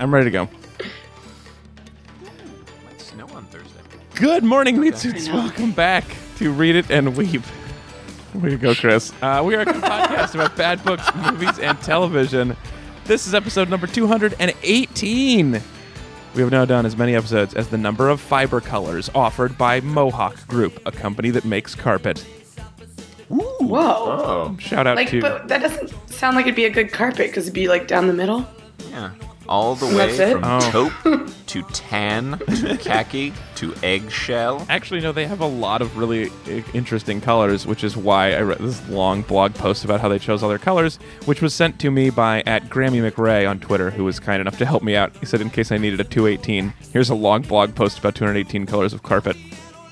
I'm ready to go. Might snow on Thursday. Good morning, meat suits. Welcome back to Read It and Weep. Way to go, Chris. Uh, we are a good podcast about bad books, movies, and television. This is episode number 218. We have now done as many episodes as the number of fiber colors offered by Mohawk Group, a company that makes carpet. Whoa. Oh. Shout out Like, to but that doesn't sound like it'd be a good carpet because it'd be like down the middle. Yeah. All the way That's it? from Oh. taupe to tan to khaki to eggshell. Actually, no, they have a lot of really i- interesting colors, which is why I wrote this long blog post about how they chose all their colors, which was sent to me by at Grammy McRae on Twitter, who was kind enough to help me out. He said, in case I needed a 218, here's a long blog post about 218 colors of carpet.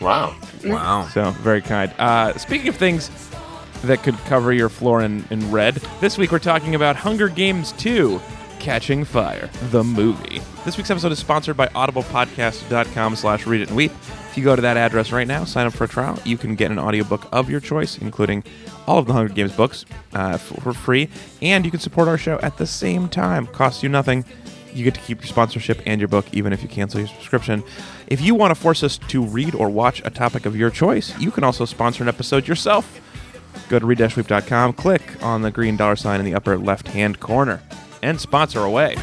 Wow. Wow. So, very kind. Uh, speaking of things that could cover your floor in, in red, this week we're talking about Hunger Games 2 Catching Fire, the movie. This week's episode is sponsored by audiblepodcast.com slash read it and weep. If you go to that address right now, sign up for a trial, you can get an audiobook of your choice, including all of the Hunger Games books uh, for for free, and you can support our show at the same time. Costs you nothing you get to keep your sponsorship and your book even if you cancel your subscription. If you want to force us to read or watch a topic of your choice, you can also sponsor an episode yourself. Go to read-weep.com, click on the green dollar sign in the upper left-hand corner, and sponsor away.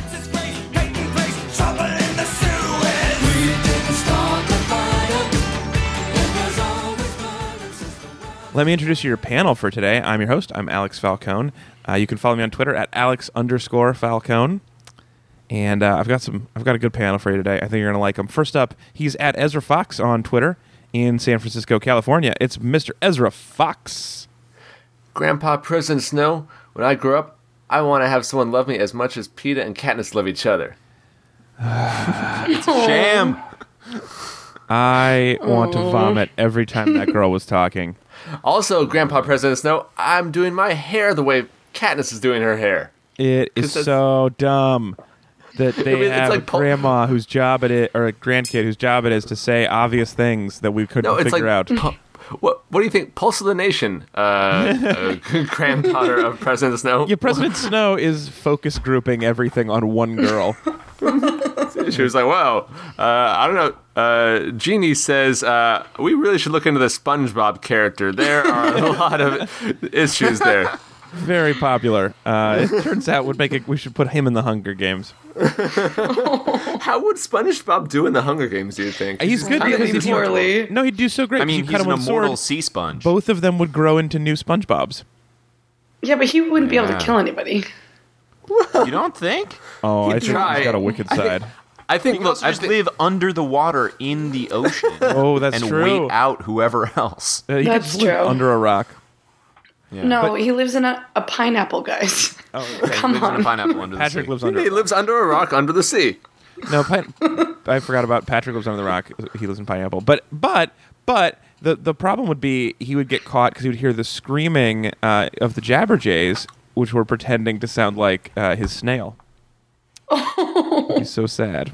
Let me introduce you to your panel for today. I'm your host. I'm Alex Falcone. Uh, you can follow me on Twitter at alex underscore Falcone. And uh, I've got some. I've got a good panel for you today. I think you're gonna like him. First up, he's at Ezra Fox on Twitter in San Francisco, California. It's Mr. Ezra Fox. Grandpa Prison Snow, when I grow up, I want to have someone love me as much as PETA and Katniss love each other. Sham. I want to vomit every time that girl was talking. Also, Grandpa President Snow, I'm doing my hair the way Katniss is doing her hair. It is 'Cause that's- so dumb that they I mean, it's have like a pol- grandma whose job it is, or a grandkid whose job it is to say obvious things that we couldn't No, it's figure like out. pu- what? What do you think? Pulse of the Nation, uh, uh, granddaughter of President Snow. Yeah, President Snow is focus grouping everything on one girl. She was like, "Wow, uh, I don't know." Uh, Jeannie says, uh, "We really should look into the SpongeBob character. There are a lot of issues there." Very popular. Uh, it turns out would make it. We should put him in the Hunger Games. How would SpongeBob do in the Hunger Games? Do you think? He's good Kinda because he'd poorly. No, he'd do so great. I mean, you he's cut an him with a sword, immortal sea sponge. Both of them would grow into new SpongeBob's. Yeah, but he wouldn't be able Yeah. to kill anybody. You don't think? Oh, I think try. he's got a wicked side. I think. Look, Look, I just think, live under the water in the ocean. Oh, that's and true. wait out whoever else. Uh, he could That's just live true. Under a rock. no, But- he lives in a, a pineapple, guys. Uh, Oh, Come lives on. In a pineapple under Patrick the sea. lives under. he lives under a rock under the sea. No, pine- I forgot about Patrick lives under the rock. He lives in pineapple. But but but the the problem would be he would get caught because he would hear the screaming uh, of the Jabberjays, which were pretending to sound like uh, his snail. He's so sad.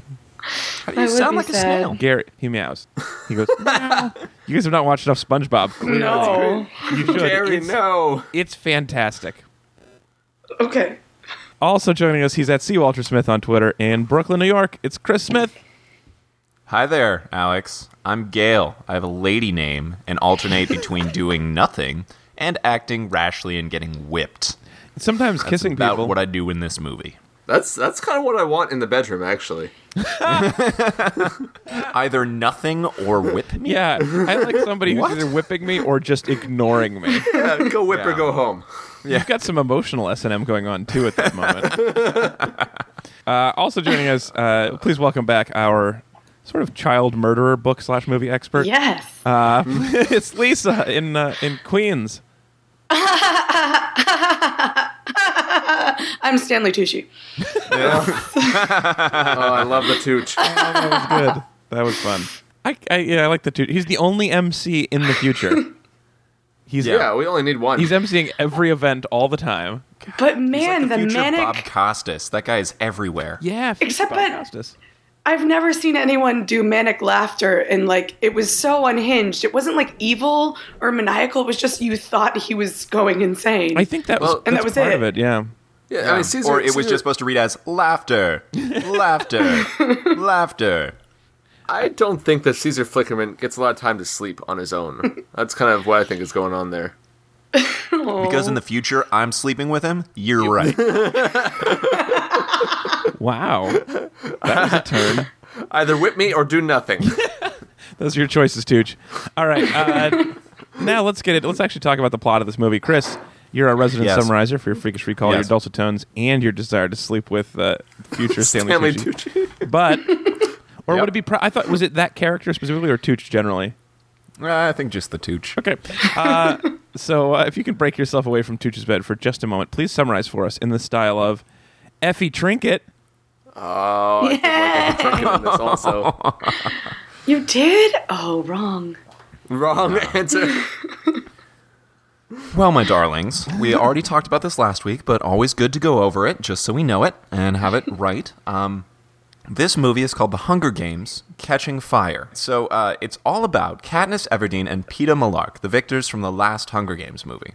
I You would sound be like a sad. snail. Gary, he meows. He goes, "Meow." You guys have not watched enough SpongeBob. Clearly. No. You should. Gary, it's, no. it's fantastic. Okay. Also joining us, he's at C. Walter Smith on Twitter in Brooklyn, New York. It's Chris Smith. Hi there, Alex. I'm Gail. I have a lady name and alternate between doing nothing and acting rashly and getting whipped. Sometimes That's kissing about people. what I do in this movie. That's that's kind of what I want in the bedroom, actually. Either nothing or whip me. yeah, I like somebody who's What? either whipping me or just ignoring me. Yeah, Uh, go whip or Yeah. go home. You've got some emotional S and M going on too at that moment. uh, also joining us, uh, please welcome back our sort of child murderer book slash movie expert. Yes. Uh, it's Lisa in uh, in Queens. I'm Stanley Tucci. Oh, I love the tooch. Good, that was fun. I, I yeah, I like the two. He's the only MC in the future. He's Yeah, we only need one. he's MCing every event all the time. But the, man, the future manic. Bob Costas. That guy is everywhere. Yeah, Except that- I've never seen anyone do manic laughter and like it was so unhinged. It wasn't like evil or maniacal. It was just you thought he was going insane. I think that was Well, that's and that was part it. of it. Yeah. Yeah, I mean, Caesar, or it was Caesar- just supposed to read as laughter, laughter, laughter. I don't think that Caesar Flickerman gets a lot of time to sleep on his own. That's kind of what I think is going on there. Because in the future, I'm sleeping with him. You're right. Wow. That was a turn. Either whip me or do nothing. Those are your choices, Tooch. All right. Uh, now let's get it. Let's actually talk about the plot of this movie. Chris, you're our resident Yes. summarizer for your freakish recall, your Yes. dulcet tones, and your desire to sleep with uh, future Stanley, Stanley Tucci. Tucci. But, or Yep. would it be? Pro- I thought was it that character specifically or Tooch generally? I think just the tooch. Okay. Uh, so uh, if you can break yourself away from Tooch's bed for just a moment, please summarize for us in the style of Effie Trinket. Yeah. Flickerman is also You did? Oh, wrong. wrong answer. Well, my darlings, we already talked about this last week, but always good to go over it just so we know it and have it right. Um, this movie is called The Hunger Games Catching Fire. So uh, it's all about Katniss Everdeen and Peeta Millark, the victors from the last Hunger Games movie.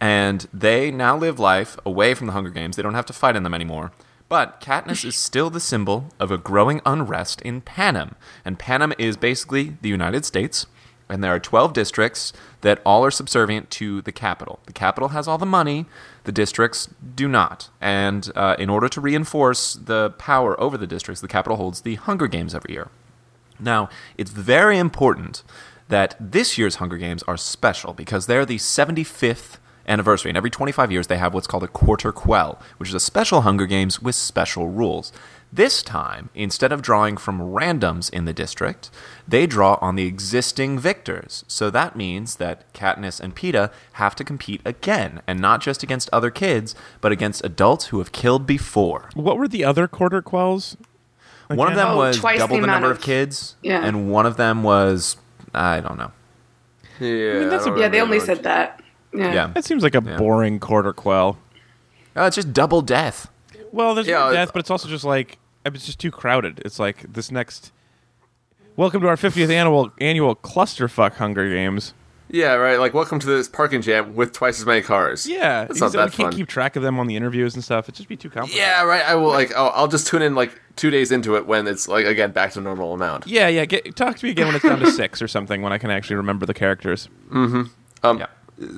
And they now live life away from the Hunger Games. They don't have to fight in them anymore. But Katniss is still the symbol of a growing unrest in Panem. And Panem is basically the United States. And there are 12 districts that all are subservient to the capital. The capital has all the money, the districts do not. And uh, in order to reinforce the power over the districts, the capital holds the Hunger Games every year. Now, it's very important that this year's Hunger Games are special because they're the 75th anniversary. And every 25 years, they have what's called a quarter quell, which is a special Hunger Games with special rules. This time, instead of drawing from randoms in the district, they draw on the existing victors. So that means that Katniss and Peeta have to compete again, and not just against other kids, but against adults who have killed before. What were the other quarter quells? One of them Oh, was twice double the the, amount number of- of kids, Yeah. and one of them was I don't know. Yeah, that's a- don't Yeah, they remember only that. said that. Yeah. Yeah, That seems like a boring quarter quell. Uh, it's just double death. Well, there's Yeah, no it's- death, but it's also just like it's just too crowded. It's like this next. Welcome to our 50th annual annual clusterfuck Hunger Games. Yeah, right. Like, welcome to this parking jam with twice as many cars. Yeah, that's you not that can't fun. keep track of them on the interviews and stuff. It'd just be too complicated. Yeah, right. I will like. I'll, I'll just tune in like two days into it when it's like again back to normal amount. yeah, yeah. Get, talk to me again when it's down to six or something when I can actually remember the characters. Yeah.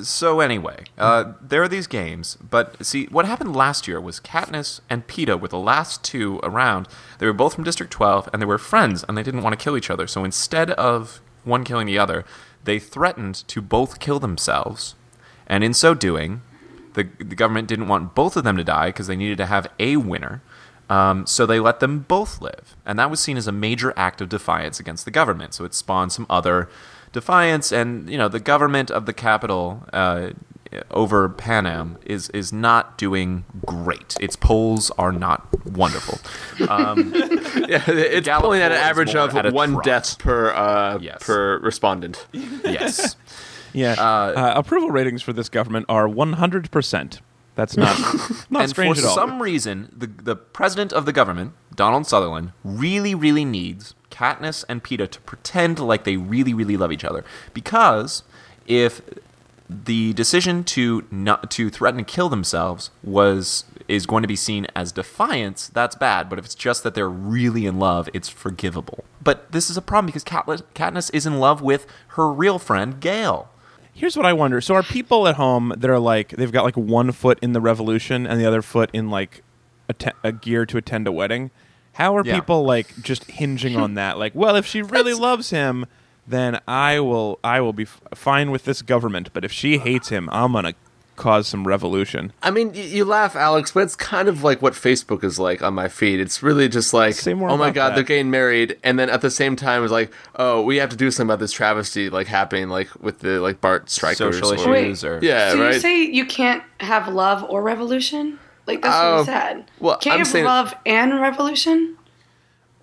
So anyway, uh, there are these games, but see what happened last year was Katniss and Peeta were the last two around. They were both from District 12, and they were friends, and they didn't want to kill each other. So instead of one killing the other, they threatened to both kill themselves, and in so doing, the, the government didn't want both of them to die because they needed to have a winner. Um, so they let them both live. And that was seen as a major act of defiance against the government. So it spawned some other defiance. And, you know, the government of the capital uh, over Pan Am is, is not doing great. Its polls are not wonderful. Yeah, it's Gallup pulling at an polls average more of at a one trot. death per uh, Yes. per respondent. Yes. Yeah. Uh, approval ratings for this government are 100. percent That's not not and strange for at all. some reason, the the president of the government, Donald Sutherland, really, really needs Katniss and Peeta to pretend like they really, really love each other. Because if the decision to not to threaten to kill themselves was is going to be seen as defiance, that's bad. But if it's just that they're really in love, it's forgivable. But this is a problem because Katla- Katniss is in love with her real friend Gail. Here's what I wonder. So are people at home that are like they've got like one foot in the revolution and the other foot in like a, te- a gear to attend a wedding? How are Yeah. people like just hinging on that? Like, well, if she really loves him, then I will I will be f- fine with this government, but if she hates him, I'm going to cause some revolution. I mean, y- you laugh, Alex, but it's kind of like what Facebook is like on my feed. It's really just like, Say more oh my about god, that. they're getting married, and then at the same time, it's like, oh, we have to do something about this travesty like happening, like with the like Bart strikers. Social or- Wait. issues or Yeah, so right. you say you can't have love or revolution? Like that's Oh, really sad. well, can't I'm you have saying- love and revolution?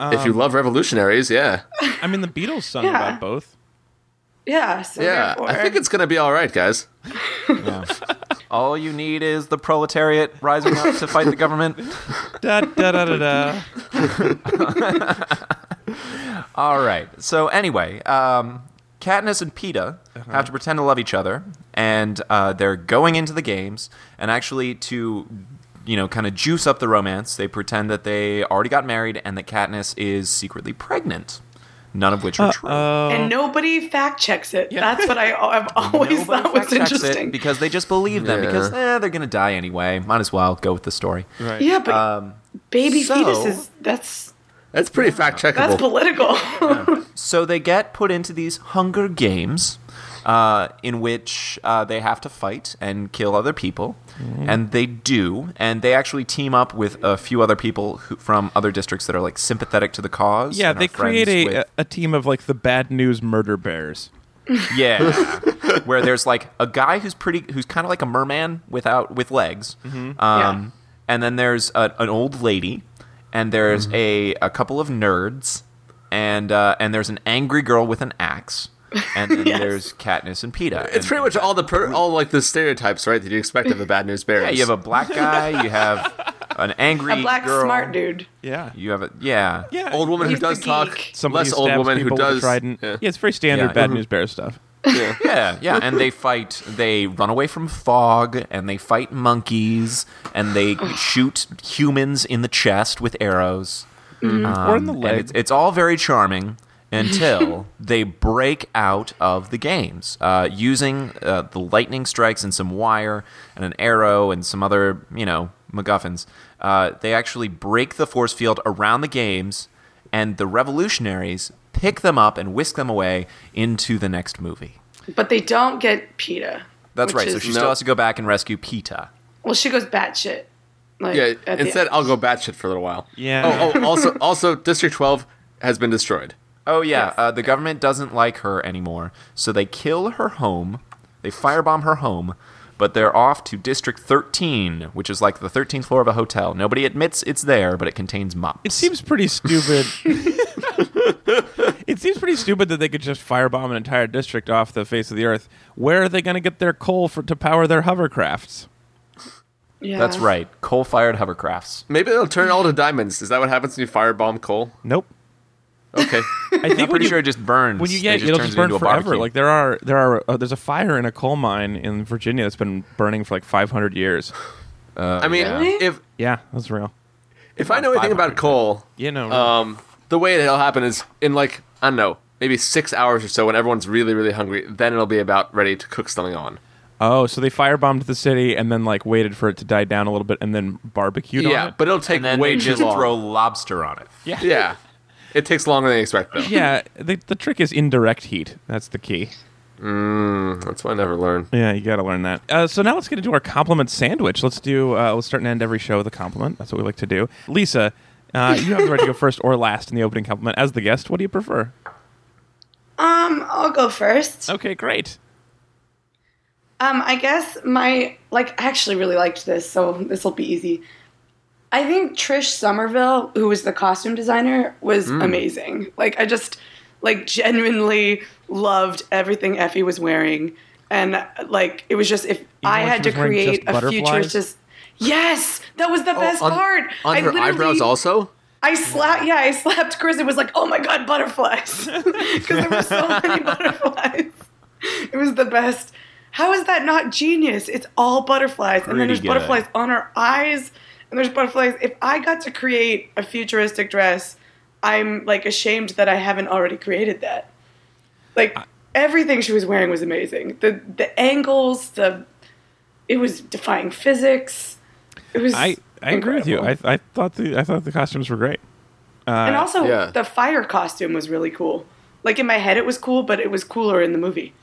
if Um, you love revolutionaries, yeah, I mean, the Beatles sung Yeah. about both. Yeah. So yeah, Therefore, I think it's gonna be all right, guys. All you need is the proletariat rising up to fight the government. Da da da da da. All right. So anyway, um, Katniss and Peeta have to pretend to love each other, and uh, they're going into the games. And actually, to you know, kind of juice up the romance. They pretend that they already got married and that Katniss is secretly pregnant. None of which are true. and nobody fact checks it. That's what I, I've always Oh. Nobody thought was fact checks it interesting. because they just believe them Yeah. because eh, they're gonna die anyway. Might as well go with the story. Right. yeah, but baby um, so- fetuses, that's That's pretty fact that's checkable. political. So they get put into these Hunger Games, uh, in which uh, they have to fight and kill other people, Mm-hmm. and they do. And they actually team up with a few other people who, from other districts that are like sympathetic to the cause. Yeah, and they are friends create a, with- a, a team of like the bad news murder bears. yeah, where there's like a guy who's pretty, who's kind of like a merman without with legs. Mm-hmm. Um, And then there's a, an old lady, and there's Mm-hmm. a, a couple of nerds, and uh, and there's an angry girl with an axe, and then Yes. there's Katniss and Peeta. It's pretty much all the per- all like the stereotypes, right? That you expect of the bad news bears. yeah. You have a black guy, you have an angry A black girl, smart dude. Yeah. You have a yeah, Yeah. old woman who He's the does talk. geek. Somebody less who old stabs woman who people with a does. trident. Yeah. it's very standard Yeah. bad Mhm. news bear stuff. yeah, yeah. And they fight. They run away from fog, and they fight monkeys, and they shoot humans in the chest with arrows. Um, or in the And leg. It's, it's all very charming until they break out of the games uh, using uh, the lightning strikes and some wire and an arrow and some other, you know, MacGuffins. Uh, they actually break the force field around the games, and the revolutionaries pick them up and whisk them away into the next movie. But they don't get PETA. That's which right. So is- she still has to go back and rescue Peta. well, she goes batshit. Like, Yeah. at the Instead, end. I'll go batshit for a little while. Yeah. Oh, oh, also, also, District Twelve has been destroyed. Oh yeah, uh, the government doesn't like her anymore, so they kill her home. They firebomb her home, but they're off to District 13, which is like the 13th floor of a hotel. Nobody admits it's there, but it contains mops. It seems pretty stupid. it seems pretty stupid that they could just firebomb an entire district off the face of the earth. Where are they going to get their coal for to power their hovercrafts? Yeah. that's right. Coal-fired hovercrafts. Maybe they'll turn it all to diamonds. Is that what happens when you firebomb coal? Nope. Okay. I think I'm when pretty you, sure it just burns. when you It yeah, it'll turns just it burn into a forever. barbecue. Like there are there are uh, there's a fire in a coal mine in Virginia that's been burning for like 500 years. I mean, yeah. Really? if Yeah, that's real. if I know anything about 500. coal, You know. um, the way that it'll happen is in like I don't know, maybe six hours or so when everyone's really really hungry. Then it'll be about ready to cook something on. oh, so they firebombed the city and then like waited for it to die down a little bit and then barbecued yeah, on it. but it'll take and then way they too just long. throw lobster on it. Yeah. yeah, it takes longer than you expect though. yeah, the, the trick is indirect heat. That's the key. That's why I never learn. Yeah, you got to learn that. Uh, so now let's get into our compliment sandwich. Let's do. Uh, let's start and end every show with a compliment. That's what we like to do. Lisa, uh, you have the right to go first or last in the opening compliment. As the guest, what do you prefer? Um, I'll go first. Okay, great. Um, I guess my like I actually really liked this, so this will be easy. I think Trish Somerville, who was the costume designer, was Hmm. amazing. Like I just like genuinely loved everything Effie was wearing, and like it was just if I when had she to was wearing create just a butterflies? Oh, futurist. Yes, that was the best on, part. on I her literally- eyebrows also. I slapped. Yeah, I slapped Chris. It was like, oh my god, butterflies, because there were so many butterflies. It was the best. How is that not genius? It's all butterflies, and Pretty then there's good. butterflies on her eyes, and there's butterflies. If I got to create a futuristic dress, I'm like ashamed that I haven't already created that. Like everything she was wearing was amazing. The the angles, the it was defying physics. It was. I I agree with you. incredible. I, I thought the I thought the costumes were great. And also, yeah. the fire costume was really cool. Like in my head, it was cool, but it was cooler in the movie.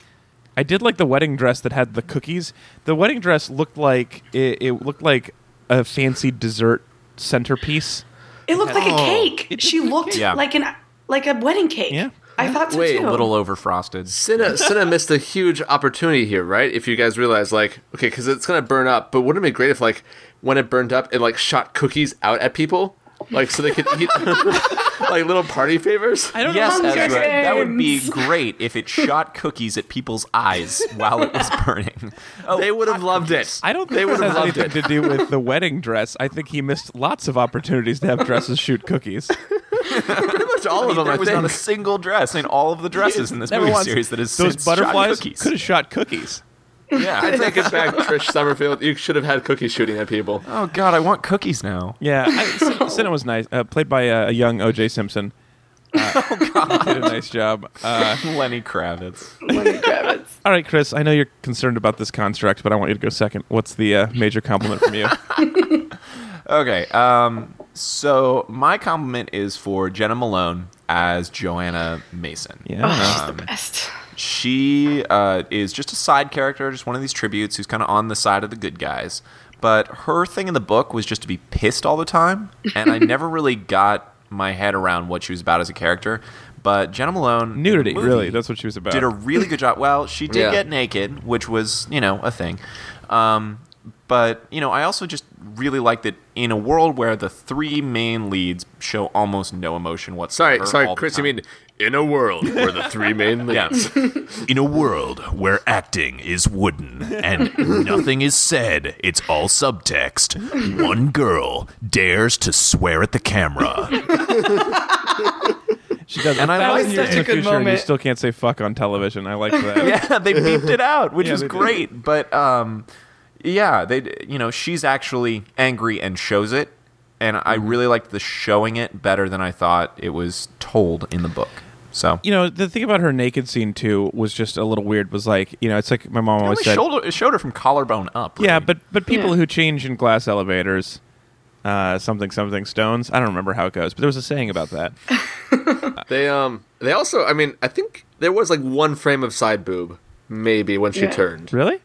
I did like the wedding dress that had the cookies. The wedding dress looked like it, it looked like a fancy dessert centerpiece. It looked like a cake. It She looked looked Yeah. like an like a wedding cake. Yeah. I thought so Wait, too. A little over frosted. Cinna, Cinna missed a huge opportunity here, right? If you guys realize, like, okay, because it's gonna burn up, but wouldn't it be great if, like, when it burned up, it like shot cookies out at people, like, so they could eat like little party favors? I don't Yes, Hunger Ezra, that would be Games. great if it shot cookies at people's eyes while it was burning. Oh, They would have loved it. I don't think they this would have has loved anything it. to do with the wedding dress. I think he missed lots of opportunities to have dresses shoot cookies. Pretty much all of them. there I was not a think. single dress in all of the dresses in this Never movie once. series that is those since shot butterflies cookies. could have shot cookies. I Yeah. take it back, Trish Summerfield. You should have had cookies shooting at people. oh God, I want cookies now. Yeah, I, Sin- Sinna was nice, uh, played by uh, a young O.J. Simpson. Oh, Uh, did a nice job. Uh, Lenny Kravitz. Lenny Kravitz. all right, Chris, I know you're concerned about this construct, but I want you to go second. What's the uh, major compliment from you? Okay. Um, so my compliment is for Jenna Malone as Joanna Mason. Yeah. Oh, she's the best. She uh, is just a side character, just one of these tributes who's kind of on the side of the good guys. But her thing in the book was just to be pissed all the time, and I never really got my head around what she was about as a character. But Jenna Malone, in the Nudity, movie, really. That's what she was about. did a really good job. Well, she did Yeah. get naked, which was you know a thing. Um, but you know, I also just really like that in a world where the three main leads show almost no emotion whatsoever. Sorry, sorry, all the Chris. You time. mean in a world where the three main leads? yeah. In a world where acting is wooden and nothing is said, it's all subtext. One girl dares to swear at the camera. She does. And a I like thousand years in the that. Such a good future, and you moment. still can't say fuck on television. I like that. yeah, they beeped it out, which Yeah, is they did. great. But um, yeah, they you know she's actually angry and shows it, and I really liked the showing it better than I thought it was told in the book. So You know, the thing about her naked scene too was just a little weird. Was like, you know, it's like my mom it always only said, shoulder, it showed her from collarbone up. yeah, really. but but people Yeah. who change in glass elevators, uh, something something stones. I don't remember how it goes, but there was a saying about that. They um. They also. I mean, I think there was like one frame of side boob, maybe when she Yeah. turned. really?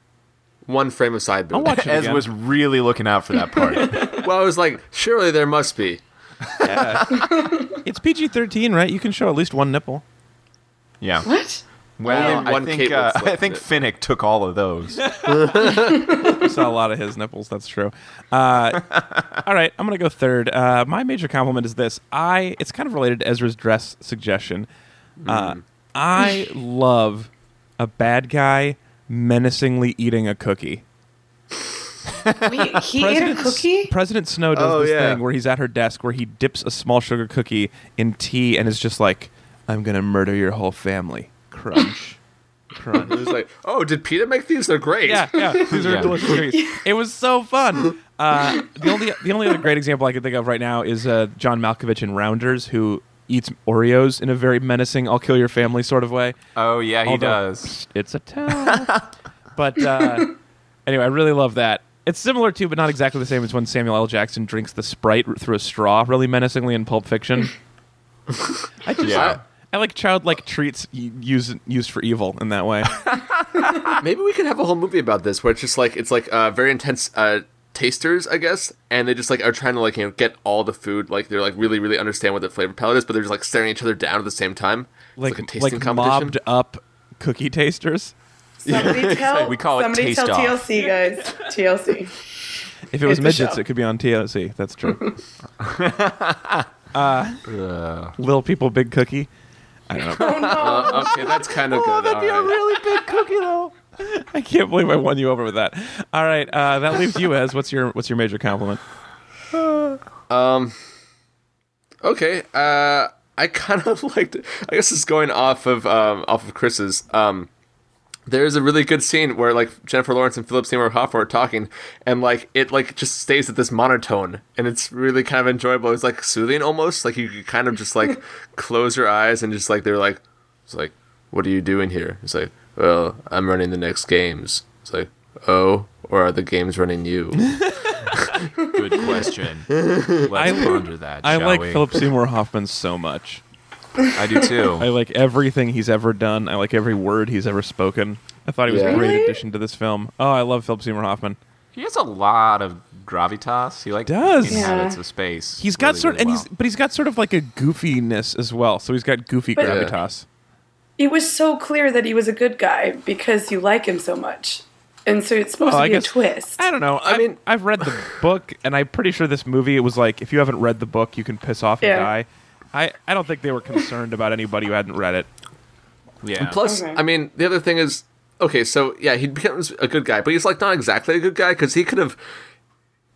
One frame of side boob. I'll watch it Ez again. was really looking out for that part. Well, I was like, surely there must be. It's PG thirteen, right? You can show at least one nipple. yeah. What? Well, Only one I think Kate uh, Winslet I think Finnick took all of those. I saw a lot of his nipples. That's true. Uh, all right, I'm gonna go third. Uh, my major compliment is this. I it's kind of related to Ezra's dress suggestion. Uh, I love a bad guy menacingly eating a cookie. Wait, he ate a cookie? President Snow does Oh, this yeah. thing where he's at her desk where he dips a small sugar cookie in tea and is just like, "I'm gonna murder your whole family." Crunch, crunch. It was like, oh, did Peter make these? They're great. Yeah, yeah. These are Yeah. delicious cookies. It was so fun. Uh, the only the only other great example I can think of right now is uh, John Malkovich in Rounders, who eats Oreos in a very menacing "I'll kill your family" sort of way. Oh yeah, he Although, does. "Psst, It's a towel. but uh, anyway, I really love that. It's similar to, but not exactly the same as when Samuel L. Jackson drinks the Sprite through a straw, really menacingly in Pulp Fiction. I just, Yeah. I like childlike treats y- used used for evil in that way. Maybe we could have a whole movie about this where it's just like it's like uh, very intense uh, tasters, I guess, and they just like are trying to like you know get all the food. Like they're like really really understand what the flavor palette is, but they're just like staring each other down at the same time. It's Like like a tasting like competition. mobbed up cookie tasters. Somebody tell, We call it somebody taste tell off. TLC, guys. TLC. If it was It's a midgets, show. it could be on TLC. That's true. uh, little people, big cookie. I don't know. Oh, no. Uh, okay, that's Oh, kind of good. all right. really big cookie though. I can't believe I won you over with that. All right, uh, that leaves you as what's your what's your major compliment? Okay, uh, I kind of liked. I guess it's going off of um, off of Chris's. Um, there's a really good scene where like Jennifer Lawrence and Philip Seymour Hoffman are talking, and like it like just stays at this monotone, and it's really kind of enjoyable. It's like soothing almost. Like you could kind of just like close your eyes and just like they're like, it's like, what are you doing here? It's like, well, I'm running the next games. It's like, oh, or are the games running you? Good question. Let's I- ponder that. I shall like we? Philip Seymour Hoffman so much. I do too. I like everything he's ever done. I like every word he's ever spoken. I thought he was a Yeah. great Really? addition to this film. Oh, I love Philip Seymour Hoffman. He has a lot of gravitas. He like Does. inhabits Yeah. a space. He's got really, sort really and well. he's but he's got sort of like a goofiness as well. So he's got goofy But- Yeah. gravitas. it was so clear that he was a good guy because you like him so much. And so it's supposed Well, to I be guess- a twist. I don't know. I, mean, mean- I've read the book, and I'm pretty sure this movie. It was like if you haven't read the book, you can piss off and Yeah. die. I, I don't think they were concerned about anybody who hadn't read it. yeah. Plus, Okay. I mean, the other thing is, okay, so yeah, he becomes a good guy, but he's like not exactly a good guy because he could have.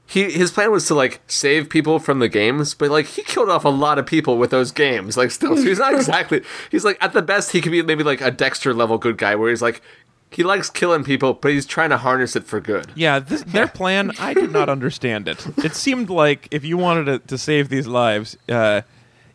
He his plan was to like save people from the games, but like he killed off a lot of people with those games. Like still, so he's not exactly. He's like at the best he could be maybe like a Dexter level good guy, where he's like He likes killing people, but he's trying to harness it for good. Yeah, this, their plan, I did not understand it. It seemed like if you wanted to, to save these lives, uh,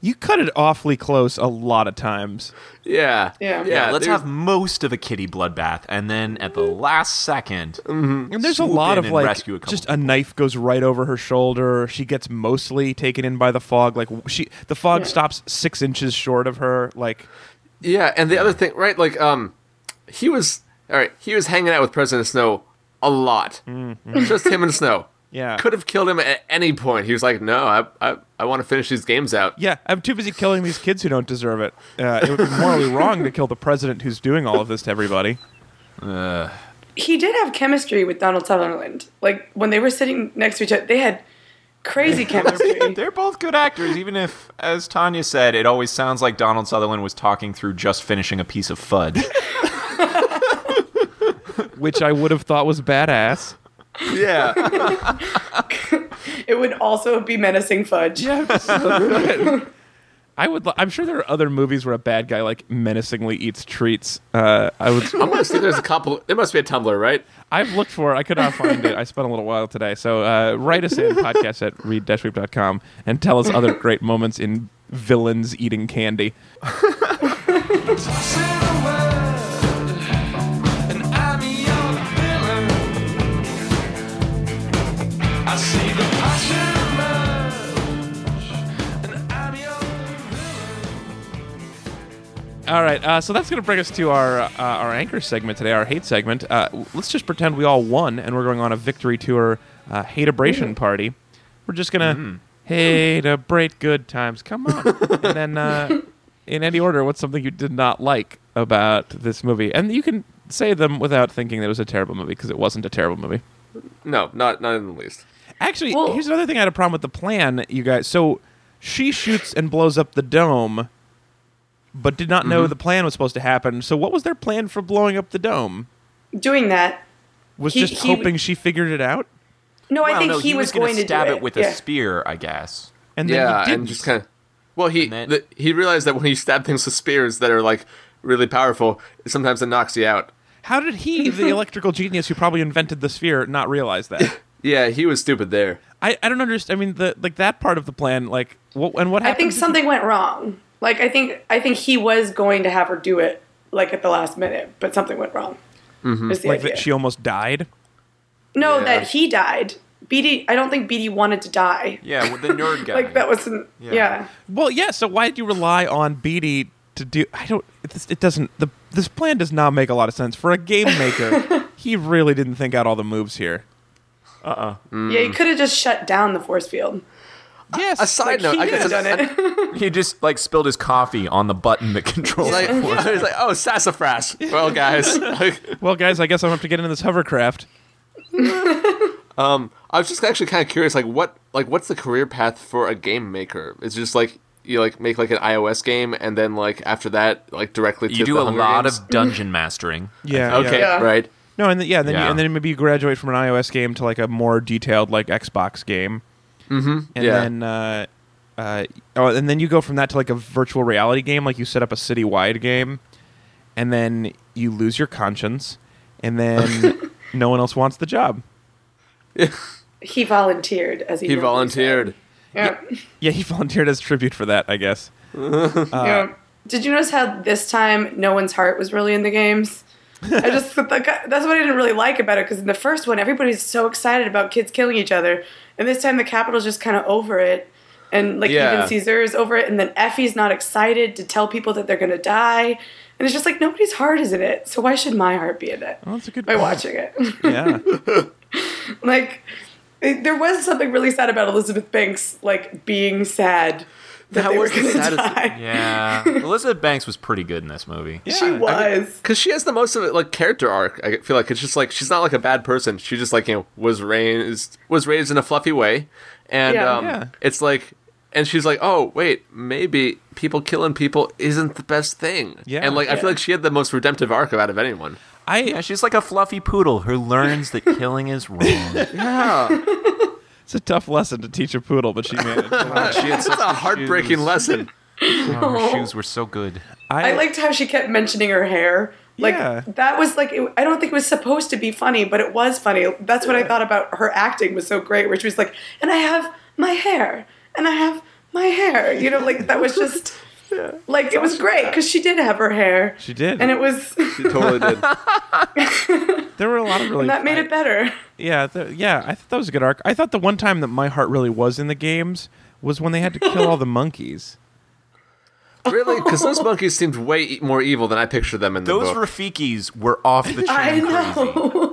you cut it awfully close a lot of times. Yeah. Yeah. Yeah. let's there's- have most of a kitty bloodbath, and then at the last 2nd And there's a Swoop lot in of and like, rescue a couple just a knife goes right over her shoulder. She gets mostly taken in by the fog. Like she, the fog stops six inches short of her. Like Yeah, and the other thing, right? Like, um, he was all right. He was hanging out with President Snow a lot, just him and Snow. Yeah. could have killed him at any point. He was like, "No, I, I, I want to finish these games out." Yeah, I'm too busy killing these kids who don't deserve it. Uh, it would be morally wrong to kill the president who's doing all of this to everybody. He did have chemistry with Donald Sutherland. Like when they were sitting next to each other, they had crazy chemistry. They're both good actors, even if, as Tanya said, it always sounds like Donald Sutherland was talking through just finishing a piece of fudge. Which I would have thought was badass. Yeah, it would also be menacing fudge. Yeah, so good. I would. li- I'm sure there are other movies where a bad guy like menacingly eats treats. Uh, I would. I'm gonna see. There's a couple. There must be a Tumblr, right? I've looked for. it. I could not find it. I spent a little while today. So uh, write us in podcast at read-weep.com and tell us other great moments in villains eating candy. All right, uh, so that's going to bring us to our uh, our anchor segment today, our hate segment. Uh, w- let's just pretend we all won and we're going on a victory tour, uh, hate abration party. We're just gonna hate abrate good times. Come on, and then uh, in any order, what's something you did not like about this movie? And you can say them without thinking that it was a terrible movie because it wasn't a terrible movie. No, not not in the least. Actually, Well- here's another thing I had a problem with the plan, you guys. So she shoots and blows up the dome, but did not Mm-hmm. know the plan was supposed to happen. So what was their plan for blowing up the dome? Doing that. Was He- just he- hoping she figured it out, No, I Well, think no, he, was, gonna going to stab do it with yeah. a spear, I guess. and then Yeah, he did. and just kind of. Well, he And then- the, he realized that when you stab things with spears that are like really powerful, sometimes it knocks you out. How did he, the electrical genius who probably invented the sphere, not realize that? Yeah, he was stupid there. I, I don't understand. I mean, the like that part of the plan, like, what and what I happened? think something went wrong. Like I think I think he was going to have her do it like at the last minute, but something went wrong. Is the like idea. that she almost died. no, Yeah. that he died. BD, I don't think BD wanted to die. Yeah, with the nerd guy. Like that wasn't. Yeah. Well, yeah. So why did you rely on Beatty to do? I don't. It, it doesn't. The, this plan does not make a lot of sense for a game maker. he really didn't think out all the moves here. Yeah, you could have just shut down the force field. Yes. A side note, he I guess is. Done it. He just like spilled his coffee on the button that controls Like, it. he's like, oh, sassafras. Well, guys, like, Well, guys, I guess I'm gonna have to get into this hovercraft. I was just actually kind of curious, like, what, like, what's the career path for a game maker? It's just like you like make like an iOS game, and then like after that, like directly to You do the a Hunger lot Games? of dungeon mastering. Yeah. okay, yeah. Yeah. right? No, and then, yeah, and then You, Yeah. and then maybe you graduate from an iOS game to like a more detailed like Xbox game. Mm-hmm. And yeah. then. Uh, uh, oh, and then you go from that to like a virtual reality game, like you set up a city-wide game, and then you lose your conscience, and then no one else wants the job. He volunteered as he. He normally volunteered. said. Yeah. Yeah, he volunteered as tribute for that, I guess. Uh, yeah. Did you notice how this time no one's heart was really in the games? I just that's what I didn't really like about it because in the first one everybody's so excited about kids killing each other, and this time the capital's just kind of over it, and like Yeah. even Caesar is over it, and then Effie's not excited to tell people that they're gonna die, and it's just like nobody's heart is in it, so why should my heart be in it Well, that's a good by point. watching it? Yeah. like it- there was something really sad about Elizabeth Banks like being sad that, That they were was the gonna saddest- die. Yeah. Elizabeth Banks was pretty good in this movie. She Yeah. was. Because she has the most of it, like character arc. I feel like it's just like she's not like a bad person. She just like you know was raised was raised in a fluffy way, and Yeah. um, Yeah. it's like, and she's like, oh wait, maybe people killing people isn't the best thing. Yeah. and like I Yeah. feel like she had the most redemptive arc out of anyone. Yeah, I. she's like a fluffy poodle who learns that killing is wrong. It's a tough lesson to teach a poodle, but she managed. she had That's a heartbreaking lesson. Oh, her shoes were so good. I liked how she kept mentioning her hair. Like Yeah. that was like it, I don't think it was supposed to be funny, but it was funny. That's what I thought about her acting was so great, where she was like, "And I have my hair, and I have my hair." You know, like that was just like it was great because she did have her hair. She did. and it was She totally did. There were a lot of really that made it better. Yeah, th- yeah, I thought that was a good arc. I thought the one time that my heart really was in the games was when they had to kill all the monkeys. Really? Because those monkeys seemed way e- more evil than I pictured them in the Those book. Rafikis were off the chain. I crazy. know.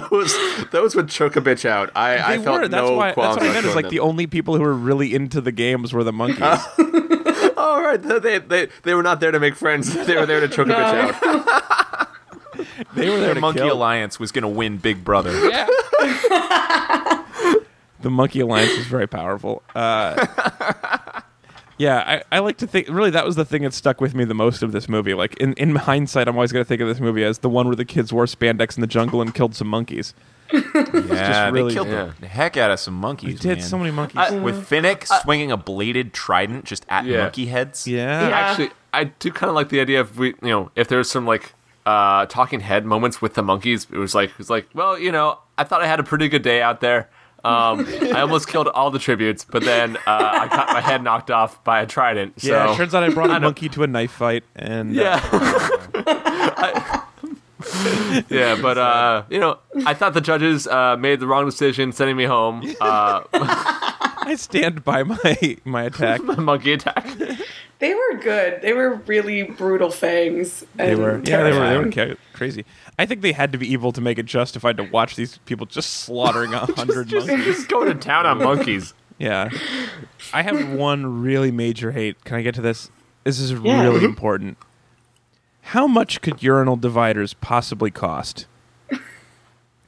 those those would choke a bitch out. I, I They felt were. That's no why. qualms That's what I about meant. Is killing like them. the only people who were really into the games were the monkeys. All Oh, right, they, they, they, they were not there to make friends. They were there to choke a bitch out. they were there The to Monkey kill. Alliance was going to win Big Brother. Yeah. the Monkey Alliance is very powerful. Uh, yeah, I, I like to think, really, that was the thing that stuck with me the most of this movie. Like, in, in hindsight, I'm always going to think of this movie as the one where the kids wore spandex in the jungle and killed some monkeys. Yeah, really- they killed Yeah. the heck out of some monkeys. Did man. so many monkeys. with Finnick Uh, swinging a bladed trident just at Yeah. monkey heads. yeah. Yeah. Actually, I do kind of like the idea of we, you know, if there's some like uh, talking head moments with the monkeys, it was like it was like, well, you know, I thought I had a pretty good day out there. Um, I almost killed all the tributes, but then uh, I got my head knocked off by a trident. So. Yeah, it turns out I brought a monkey to a knife fight, and uh, Yeah. I- yeah, but uh, you know, I thought the judges uh, made the wrong decision sending me home. Uh, I stand by my my attack. monkey attack. They were good. They were really brutal fangs. They and were, yeah, they were, they were terrifying. ca- crazy. I think they had to be evil to make it justified to watch these people just slaughtering a hundred monkeys. Just going to town on monkeys. Yeah, I have one really major hate. Can I get to this? This is Yeah. really Mhm. important. How much could urinal dividers possibly cost?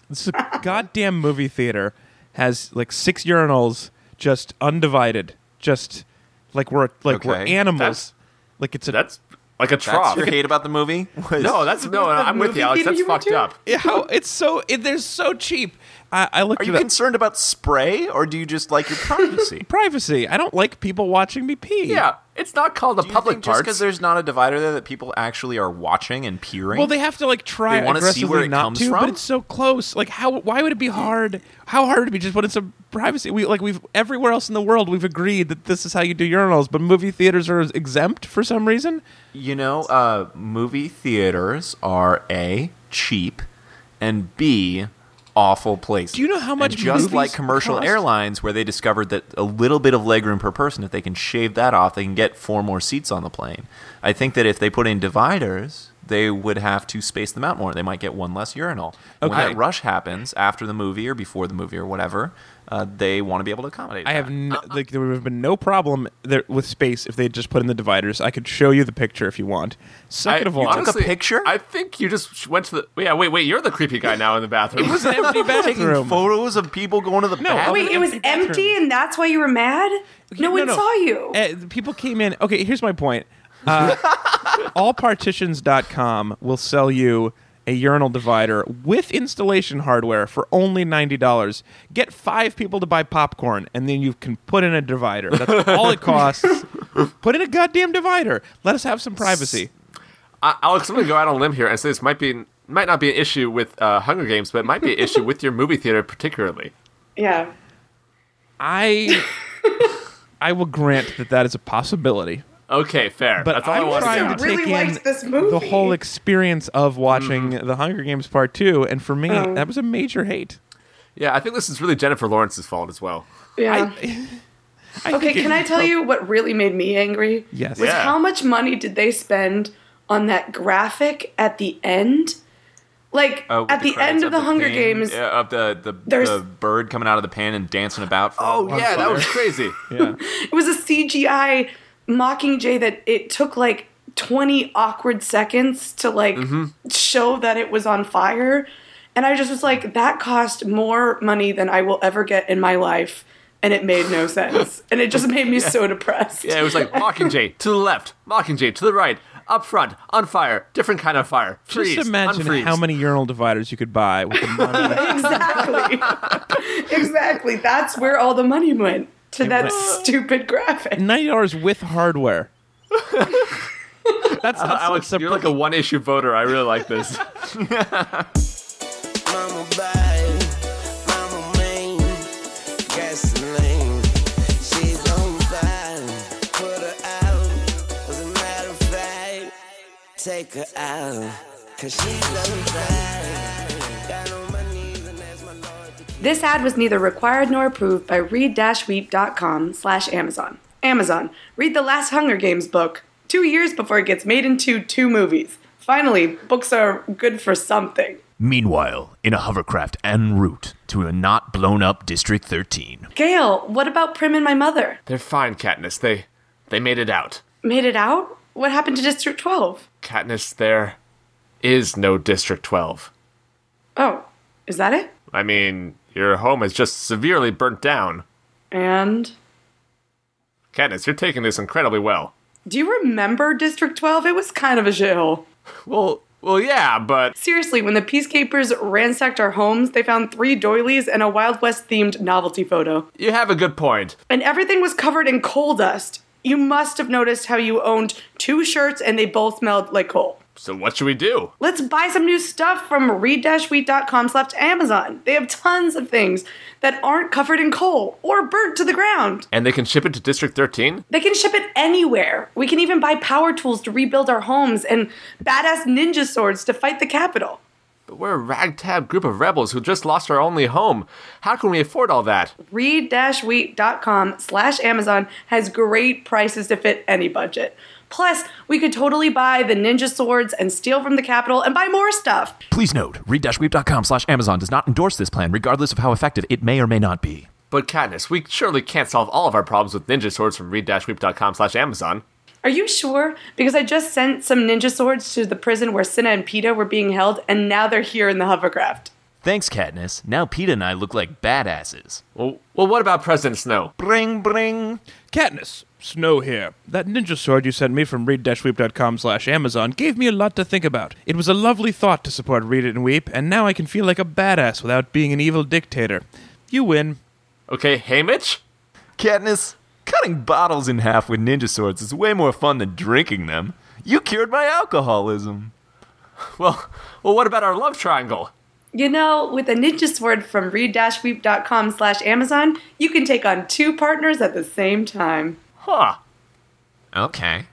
This is a goddamn movie theater has like six urinals, just undivided, just like we're like we're Okay. animals. That's- like it's a That's like a That's trough. your hate about the movie? Was- No, that's no. I'm with you, Movie Alex. That's theater fucked you went up. Yeah, how it's so it, they're so cheap. I, I looked Are you at concerned about spray or do you just like your privacy? privacy. I don't like people watching me pee. Yeah, it's not called a Do you public think just park. because there's not a divider there that people actually are watching and peering? Well, they have to like try They wanna see aggressively where it not comes to, but from? it's so close. Like, how? Why would it be hard? How hard would it be just put in some privacy? We like we've everywhere else in the world we've agreed that this is how you do urinals, but movie theaters are exempt for some reason. you know, uh, movie theaters are A, cheap, and B, awful places. Do you know how much And just movies like commercial cost? airlines where they discovered that a little bit of legroom per person if they can shave that off they can get four more seats on the plane i think that if they put in dividers they would have to space them out more they might get one less urinal when Okay. that rush happens after the movie or before the movie or whatever uh, they want to be able to accommodate I that. have n- like there would have been no problem there with space if they had just put in the dividers. I could show you the picture if you want. Second of all, took a honestly, picture? I think you just went to the. Yeah, wait, wait. You're the creepy guy now in the bathroom. it was an empty taking bathroom. photos of people going to the No, bathroom Wait, it was Empty bathroom. empty, and that's why you were mad. No one saw you. Uh, the people came in. Okay, here's my point. Uh, allpartitions.com will sell you a urinal divider with installation hardware for only $90. Get five people to buy popcorn, and then you can put in a divider. That's all it costs. Put in a goddamn divider. Let us have some privacy. I, Uh, Alex, I'm going to go out on a limb here and say this might be might not be an issue with uh, Hunger Games, but it might be an issue with your movie theater particularly. yeah. I. I will grant that that is a possibility. Okay, fair. But That's all I I'm want to trying know. to Really take in liked this movie. the whole experience of watching Mm-hmm. The Hunger Games Part Two, and for me, Oh. that was a major hate. Yeah, I think this is really Jennifer Lawrence's fault as well. Yeah. I okay, think it- can I tell you what really made me angry? Yes. Was Yeah. how much money did they spend on that graphic at the end? Like Uh, with at the, credits end of the, Hunger pan- Games. yeah, of the the, There's- the bird coming out of the pan and dancing about. For Oh yeah, that was crazy. Yeah. It was a CGI Mockingjay that it took like 20 awkward seconds to like show that it was on fire. And I just was like, that cost more money than I will ever get in my life. And it made no sense. and it just made me so depressed. Yeah, it was like Mockingjay to the left, Mockingjay to the right, up front, on fire, different kind of fire. Freeze, Just imagine unfreeze. how many urinal dividers you could buy with the money. exactly. exactly. That's where all the money went to that went- stupid graphic. Ninety dollars with hardware. That's not Uh, Alex, so you're like a one issue voter. I really like this. Mama body, mama main, gasoline. She's on fire, put her out. As a matter of fact, take her out. Cause she's on fire. Got on my knees and asked my Lord to This ad was neither required nor approved by read-weep.com slash Amazon. Amazon, read the last Hunger Games book two years before it gets made into two movies. Finally, books are good for something. Meanwhile, in a hovercraft en route to a not blown up District 13. Gail, what about Prim and my mother? They're fine, Katniss. They they made it out. Made it out? What happened to District 12? Katniss, there is no District 12. Oh, is that it? I mean, your home is just severely burnt down. And Katniss, you're taking this incredibly well. do you remember District 12? It was kind of a shithole. Well, well, yeah, but Seriously, when the Peacekeepers ransacked our homes, they found three doilies and a Wild West themed novelty photo. you have a good point. and everything was covered in coal dust. You must have noticed how you owned two shirts and they both smelled like coal. So what should we do? Let's buy some new stuff from read-wheat.com slash Amazon. They have tons of things that aren't covered in coal or burnt to the ground. And they can ship it to District 13? They can ship it anywhere. We can even buy power tools to rebuild our homes and badass ninja swords to fight the capital. But we're a ragtag group of rebels who just lost our only home. How can we afford all that? read-wheat.com slash Amazon has great prices to fit any budget. Plus, we could totally buy the ninja swords and steal from the capital and buy more stuff. Please note, read-weep.com slash Amazon does not endorse this plan, regardless of how effective it may or may not be. But Katniss, we surely can't solve all of our problems with ninja swords from read-weep.com slash Amazon. Are you sure? Because I just sent some ninja swords to the prison where Cinna and Peta were being held, and now they're here in the hovercraft. Thanks, Katniss. Now Peta and I look like badasses. Well, well, what about President Snow? Bring, bring. Katniss, Snow here. That ninja sword you sent me from read-weep.com slash Amazon gave me a lot to think about. It was a lovely thought to support Read It and Weep, and now I can feel like a badass without being an evil dictator. You win. Okay, Haymitch? Katniss, cutting bottles in half with ninja swords is way more fun than drinking them. You cured my alcoholism. Well, well, what about our love triangle? You know, with a ninja sword from read-weep.com slash Amazon, you can take on two partners at the same time. Huh. Okay.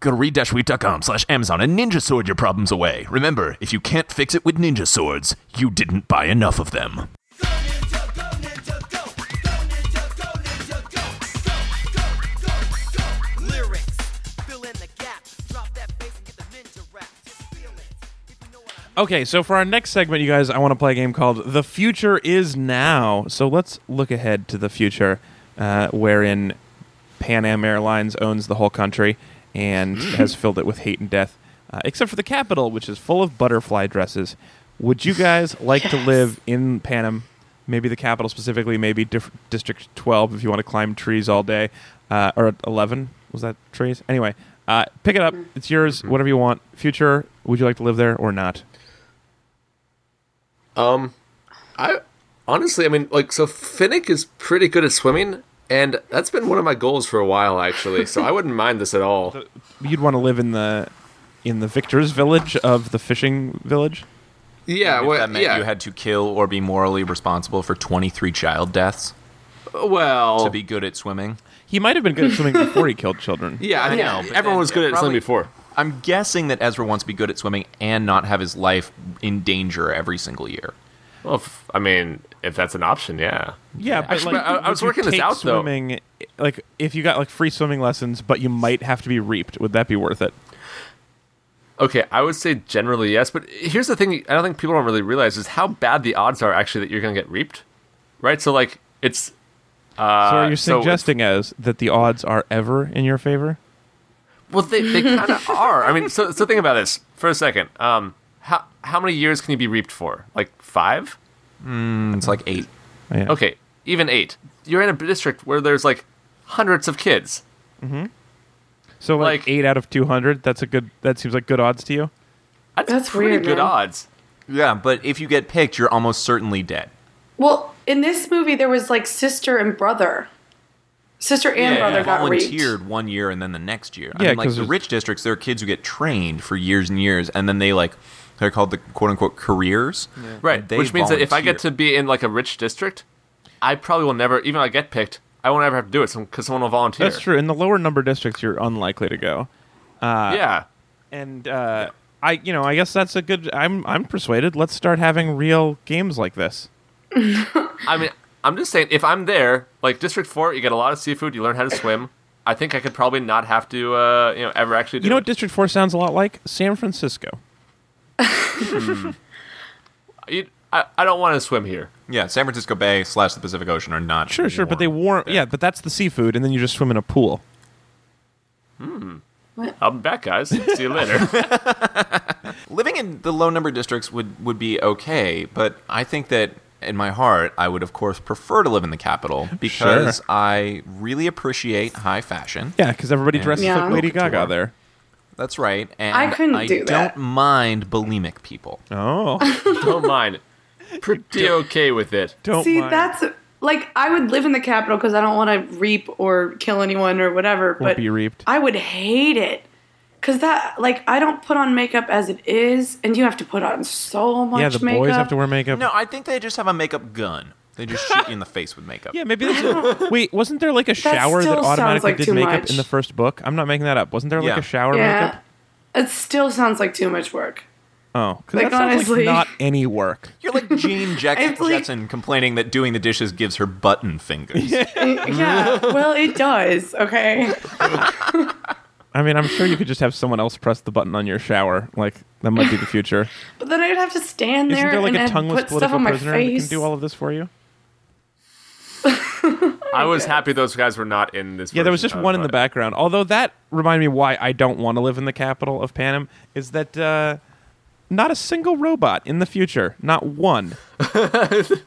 Go to read-weep.com slash Amazon and ninja sword your problems away. Remember, if you can't fix it with ninja swords, you didn't buy enough of them. Go ninja, go ninja, go. Go ninja, go ninja, go. Go, go, go, go. Lyrics, fill in the gap. Drop that bass and get the ninja rap. Just feel it, if you know what I mean. Okay, so for our next segment, you guys, I want to play a game called The Future Is Now. So let's look ahead to the future, uh, wherein Pan Am Airlines owns the whole country and has filled it with hate and death, uh, except for the capital, which is full of butterfly dresses. Would you guys like to live in Pan Am? Maybe the capital specifically, maybe diff- District 12 if you want to climb trees all day, uh, or 11. Was that trees? Anyway, uh, pick it up. It's yours, whatever you want. Future, would you like to live there or not? I honestly, I mean, like, so Finnick is pretty good at swimming, and that's been one of my goals for a while, actually. So I wouldn't mind this at all. you'd want to live in the in the victor's village of the fishing village Yeah, If well, that meant yeah. you had to kill or be morally responsible for 23 child deaths well, to be good at swimming. he might have been good at swimming before he killed children yeah, I think know, but everyone then was good at probably- swimming before. I'm guessing that Ezra wants to be good at swimming and not have his life in danger every single year. Well, if, I mean, if that's an option, yeah. yeah but Actually, like, I- I would was you working this take out, though. swimming like if you got like free swimming lessons but you might have to be reaped would that be worth it Okay, I would say generally yes, but here's the thing: I don't think people don't really realize is how bad the odds are actually that you're going to get reaped, right? So like, it's so are you Uh, so it's- suggesting as that the odds are ever in your favor Well, they, they kind of are. I mean, so so think about this for a second. Um, how how many years can you be reaped for? Like five? It's like eight. Yeah. Okay, even eight. You're in a district where there's like hundreds of kids. so like, like- 8 out of 200 that's a good that seems like good odds to you That's, That's pretty weird, good man. odds. Yeah, but if you get picked, you're almost certainly dead. Well, in this movie, there was like sister and brother. Sister and Yeah, brother you got volunteered raped. one year and then the next year. I Yeah, mean, like 'cause the there's- rich districts, there are kids who get trained for years and years, and then they like they're called the quote unquote careers. Right, And they which means that if I get to volunteer. be in like a rich district, I probably will never, even if I get picked, I won't ever have to do it because someone will volunteer. That's true. In the lower number districts, you're unlikely to go. yeah, And uh, I, you know, I guess that's a good. I'm I'm persuaded. Let's start having real games like this. I mean, I'm just saying, if I'm there, like District Four, you get a lot of seafood, you learn how to swim. I think I could probably not have to, uh, you know, ever actually. Do You know it. what District Four sounds a lot like? San Francisco. You- I, I don't want to swim here. yeah, San Francisco Bay slash the Pacific Ocean are not Sure, sure, but they warm. warm. Yeah, but that's the seafood, and then you just swim in a pool. I'll be back, guys. See you later. living in the low number districts would, would be okay, but I think that in my heart, I would of course prefer to live in the capital because Sure. I really appreciate high fashion. Yeah, because everybody Yeah. dresses Yeah. like Lady Couture. Gaga there. That's right. And I couldn't I do that. don't mind bulimic people. Oh, don't mind. Pretty okay with it. don't See, mind. that's like I would live in the capital because I don't want to reap or kill anyone or whatever. but be reaped. I would hate it because that like I don't put on makeup as it is, and you have to put on so much. yeah. The makeup. boys have to wear makeup. No, I think they just have a makeup gun. They just shoot you in the face with makeup. Yeah, maybe that's wait. Wasn't there like a shower still that sounds automatically like did too makeup much. in the first book? I'm not making that up. Wasn't there like Yeah. a shower Yeah, makeup? it still sounds like too much work. Oh, because Like, that sounds honestly. like not any work. You're like Jane Jackson, It's like- Jetson complaining that doing the dishes gives her button fingers. yeah, well, it does. Okay. I mean, I'm sure you could just have someone else press the button on your shower. Like that might be the future. But then I'd have to stand Isn't there, there like and a then tongueless put stuff political on my prisoner that face. can do all of this for you? I was happy those guys were not in this. Yeah, there was version just of uh, one in the it. background. Although that reminded me why I don't want to live in the capital of Panem is that uh, not a single robot in the future, not one.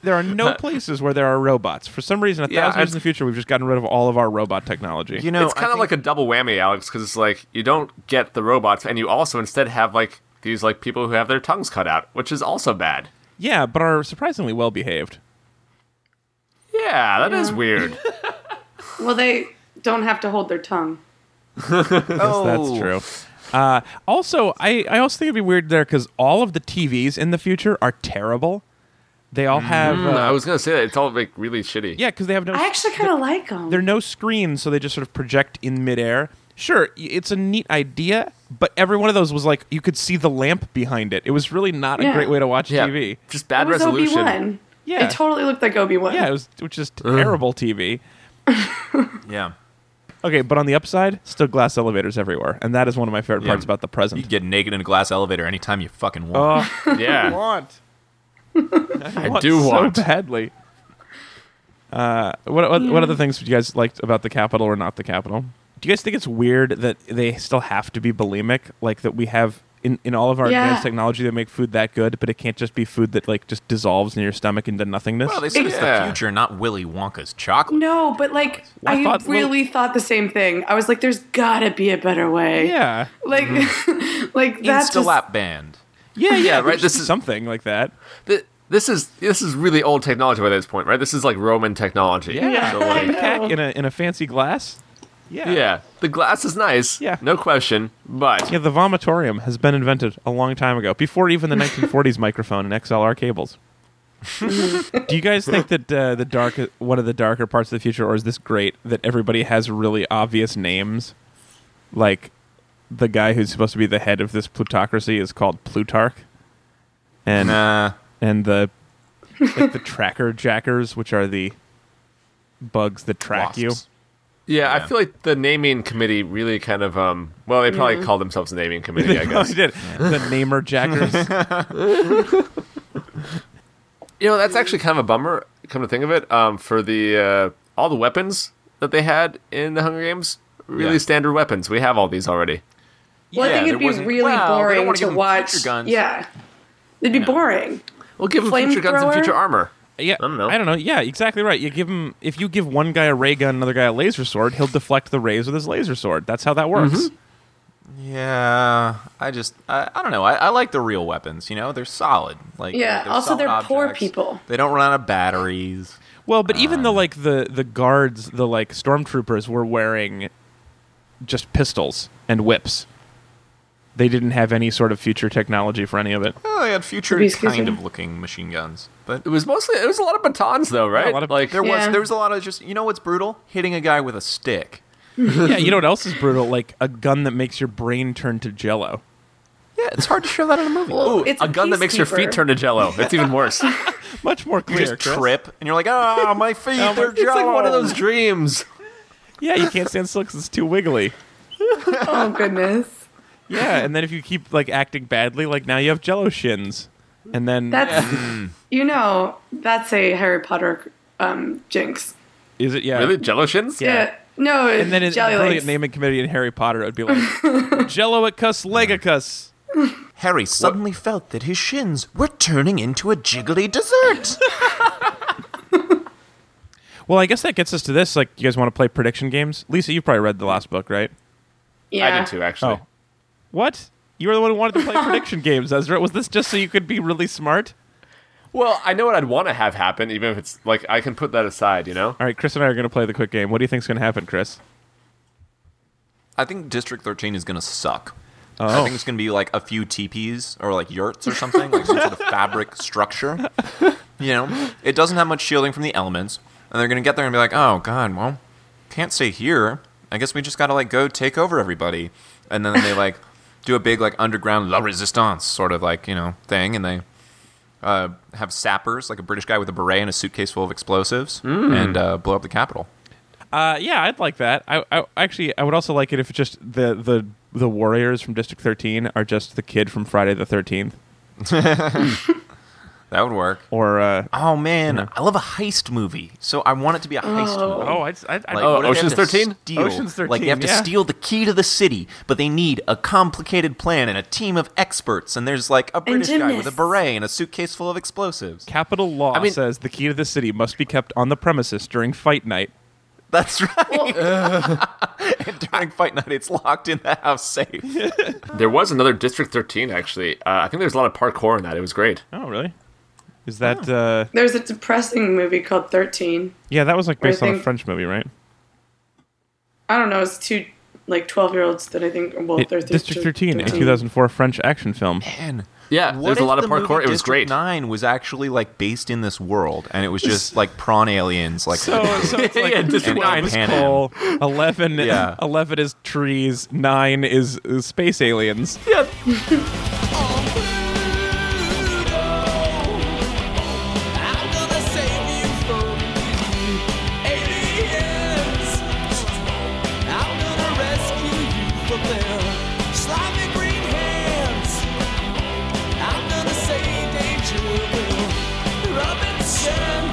there are no places where there are robots. For some reason, a Yeah, thousand years in I- the future, we've just gotten rid of all of our robot technology. You know, it's kind of like a double whammy, Alex, because it's like you don't get the robots, and you also instead have like these like people who have their tongues cut out, which is also bad. yeah, but are surprisingly well behaved. Yeah, that is weird. Well, they don't have to hold their tongue. Oh. That's true. Uh, also, I, I also think it'd be weird there because all of the TVs in the future are terrible. They Mm, all have uh, I was gonna say that it's all like really shitty. yeah, because they have no. I actually kind of like them. There are no screens, so they just sort of project in midair. Sure, y- it's a neat idea, but every one of those was like you could see the lamp behind it. It was really not a Yeah. great way to watch Yeah, TV. just bad it was resolution. Obi Wan. Yeah. It totally looked like Obi Wan. Yeah, it was which is terrible TV. yeah. Okay, but on the upside, still glass elevators everywhere, and that is one of my favorite parts about the You present. get naked in a glass elevator anytime you fucking want. Oh, Yeah, want. I, do so want. badly. Uh, what what, what other things would you guys liked about the capital or not the capital? Do you guys think it's weird that they still have to be bulimic? Like that we have in, in all of our Yeah. advanced technology that make food that good, but it can't just be food that like just dissolves in your stomach into nothingness. Oh, Well, they said it's the Yeah. future, not Willy Wonka's chocolate. No, but like Well, I I, thought- really thought the same thing. I was like, "There's gotta be a better way." yeah, Mm-hmm. Like, like that's Insta just, lap band. yeah, yeah. right, This this is is- something like that. Th- This is this is really old technology by this point, right? This is like Roman technology. Yeah, So, like like, peck in a in a fancy glass. Yeah, yeah. The glass is nice. Yeah. No question. But Yeah, the vomitorium has been invented a long time ago, before even the 1940s microphone and XLR cables. Do you guys think that uh, the dark, one of the darker parts of the future, or is this great that everybody has really obvious names? Like the guy who's supposed to be the head of this plutocracy is called Plutarch, and Nah. and the like the tracker jackers, which are the bugs that track you. Wasps. yeah, Yeah. I feel like the naming committee really kind of um. Well, they Mm. probably call themselves the naming committee, I guess. Probably Oh, did. The namer jackers. You know, that's actually kind of a bummer. Come to think of it, um, for the uh, all the weapons that they had in the Hunger Games, really Yeah. standard weapons. We have all these already. Yeah, Well, I think there it'd be wasn't- really well, they don't boring wanna to give 'em watch. future guns. Yeah, it'd be boring. We'll give them future guns and Flamethrower? future armor. Yeah, I don't know. I don't know. Yeah, exactly right. You give him if you give one guy a ray gun, another guy a laser sword, he'll deflect the rays with his laser sword. That's how that works. Yeah, I just I, I don't know. I, I like the real weapons. You know, they're solid. Like Yeah, also solid they're poor people. They don't run out of batteries. Well, but even the like the the guards, the like stormtroopers were wearing just pistols and whips. They didn't have any sort of future technology for any of it. Well, they had future Could be excuse kind me? of looking machine guns, but It was mostly it was a lot of batons though, right? a lot of- like there was Yeah. there was a lot of just you know what's brutal? Hitting a guy with a stick. yeah, you know what else is brutal? Like a gun that makes your brain turn to jello. Yeah, it's hard to show that in a movie. Well, ooh, It's a gun that makes your feet peacekeeper. turn to jello. It's even worse. Much more you clear. just Chris. trip and you're like, ah, Oh my feet, they're It's like one of jello." those dreams. Yeah, you can't stand still 'cause it's too wiggly. Oh goodness. Yeah, and then if you keep like acting badly, like now you have jello shins. And then That's you know that's a Harry Potter um, jinx. is it yeah. Really, jello shins? Yeah. Yeah. No, it's And then it's a jelly brilliant legs. naming committee in Harry Potter it would be like Jello at cuss legacus. Harry suddenly felt that his shins were turning into a jiggly dessert. Well, I guess that gets us to this. Like, you guys want to play prediction games? Lisa, you probably read the last book, right? Yeah. I did too, actually. Oh. What? You were the one who wanted to play prediction games, Ezra. Was this just so you could be really smart? Well, I know what I'd want to have happen, even if it's like I can put that aside, you know? All right, Chris and I are going to play the quick game. What do you think's going to happen, Chris? I think District 13 is going to suck. I Oh. think it's going to be like a few teepees or like yurts or something, like some sort of fabric structure. You know, it doesn't have much shielding from the elements. And they're going to get there and be like, oh, God, well, can't stay here. I guess we just got to like go take over everybody. And then they like do a big like underground La Resistance sort of like, you know, thing. And they uh, have sappers, like a British guy with a beret and a suitcase full of explosives, and uh, blow up the capital. Uh, yeah, I'd like that. I, I actually, I would also like it if just the the the warriors from District Thirteen are just the kid from Friday the Thirteenth, That would work. or uh, Oh man, I love a heist movie. So I want it to be a heist Oh. movie. oh, I'd, I'd, I'd- Like, Oh, what if they have Ocean's to 13? steal- Ocean's Like 13, you have to yeah. steal the key to the city, but they need a complicated plan and a team of experts. And there's like a British guy with a gymnasts. beret and a suitcase full of explosives. capital law mean- says the key to the city must be kept on the premises during fight night. That's right. and during fight night, it's locked in the house safe. There was another District 13, actually. Uh, I think there's a lot of parkour in that. It was great. Oh, really? Is that? Uh, There's a depressing movie called Thirteen. Yeah, that was like based I on a think- French movie, right? I don't know. It's two like twelve year olds that I think well It- they're thir- District 13, a 2004 French action film. Man, Yeah, what there's a if lot of the movie parkour. It was District great. Nine was actually like based in this world, and it was just like prawn aliens. Like So, so it's like Yeah, District 12 Nine. is coal, 11, Yeah. 11 is trees, 9 is, is space aliens. I'm gonna save you from aliens. I'm gonna rescue you from their slimy green hands. I'm gonna save danger Will Robinson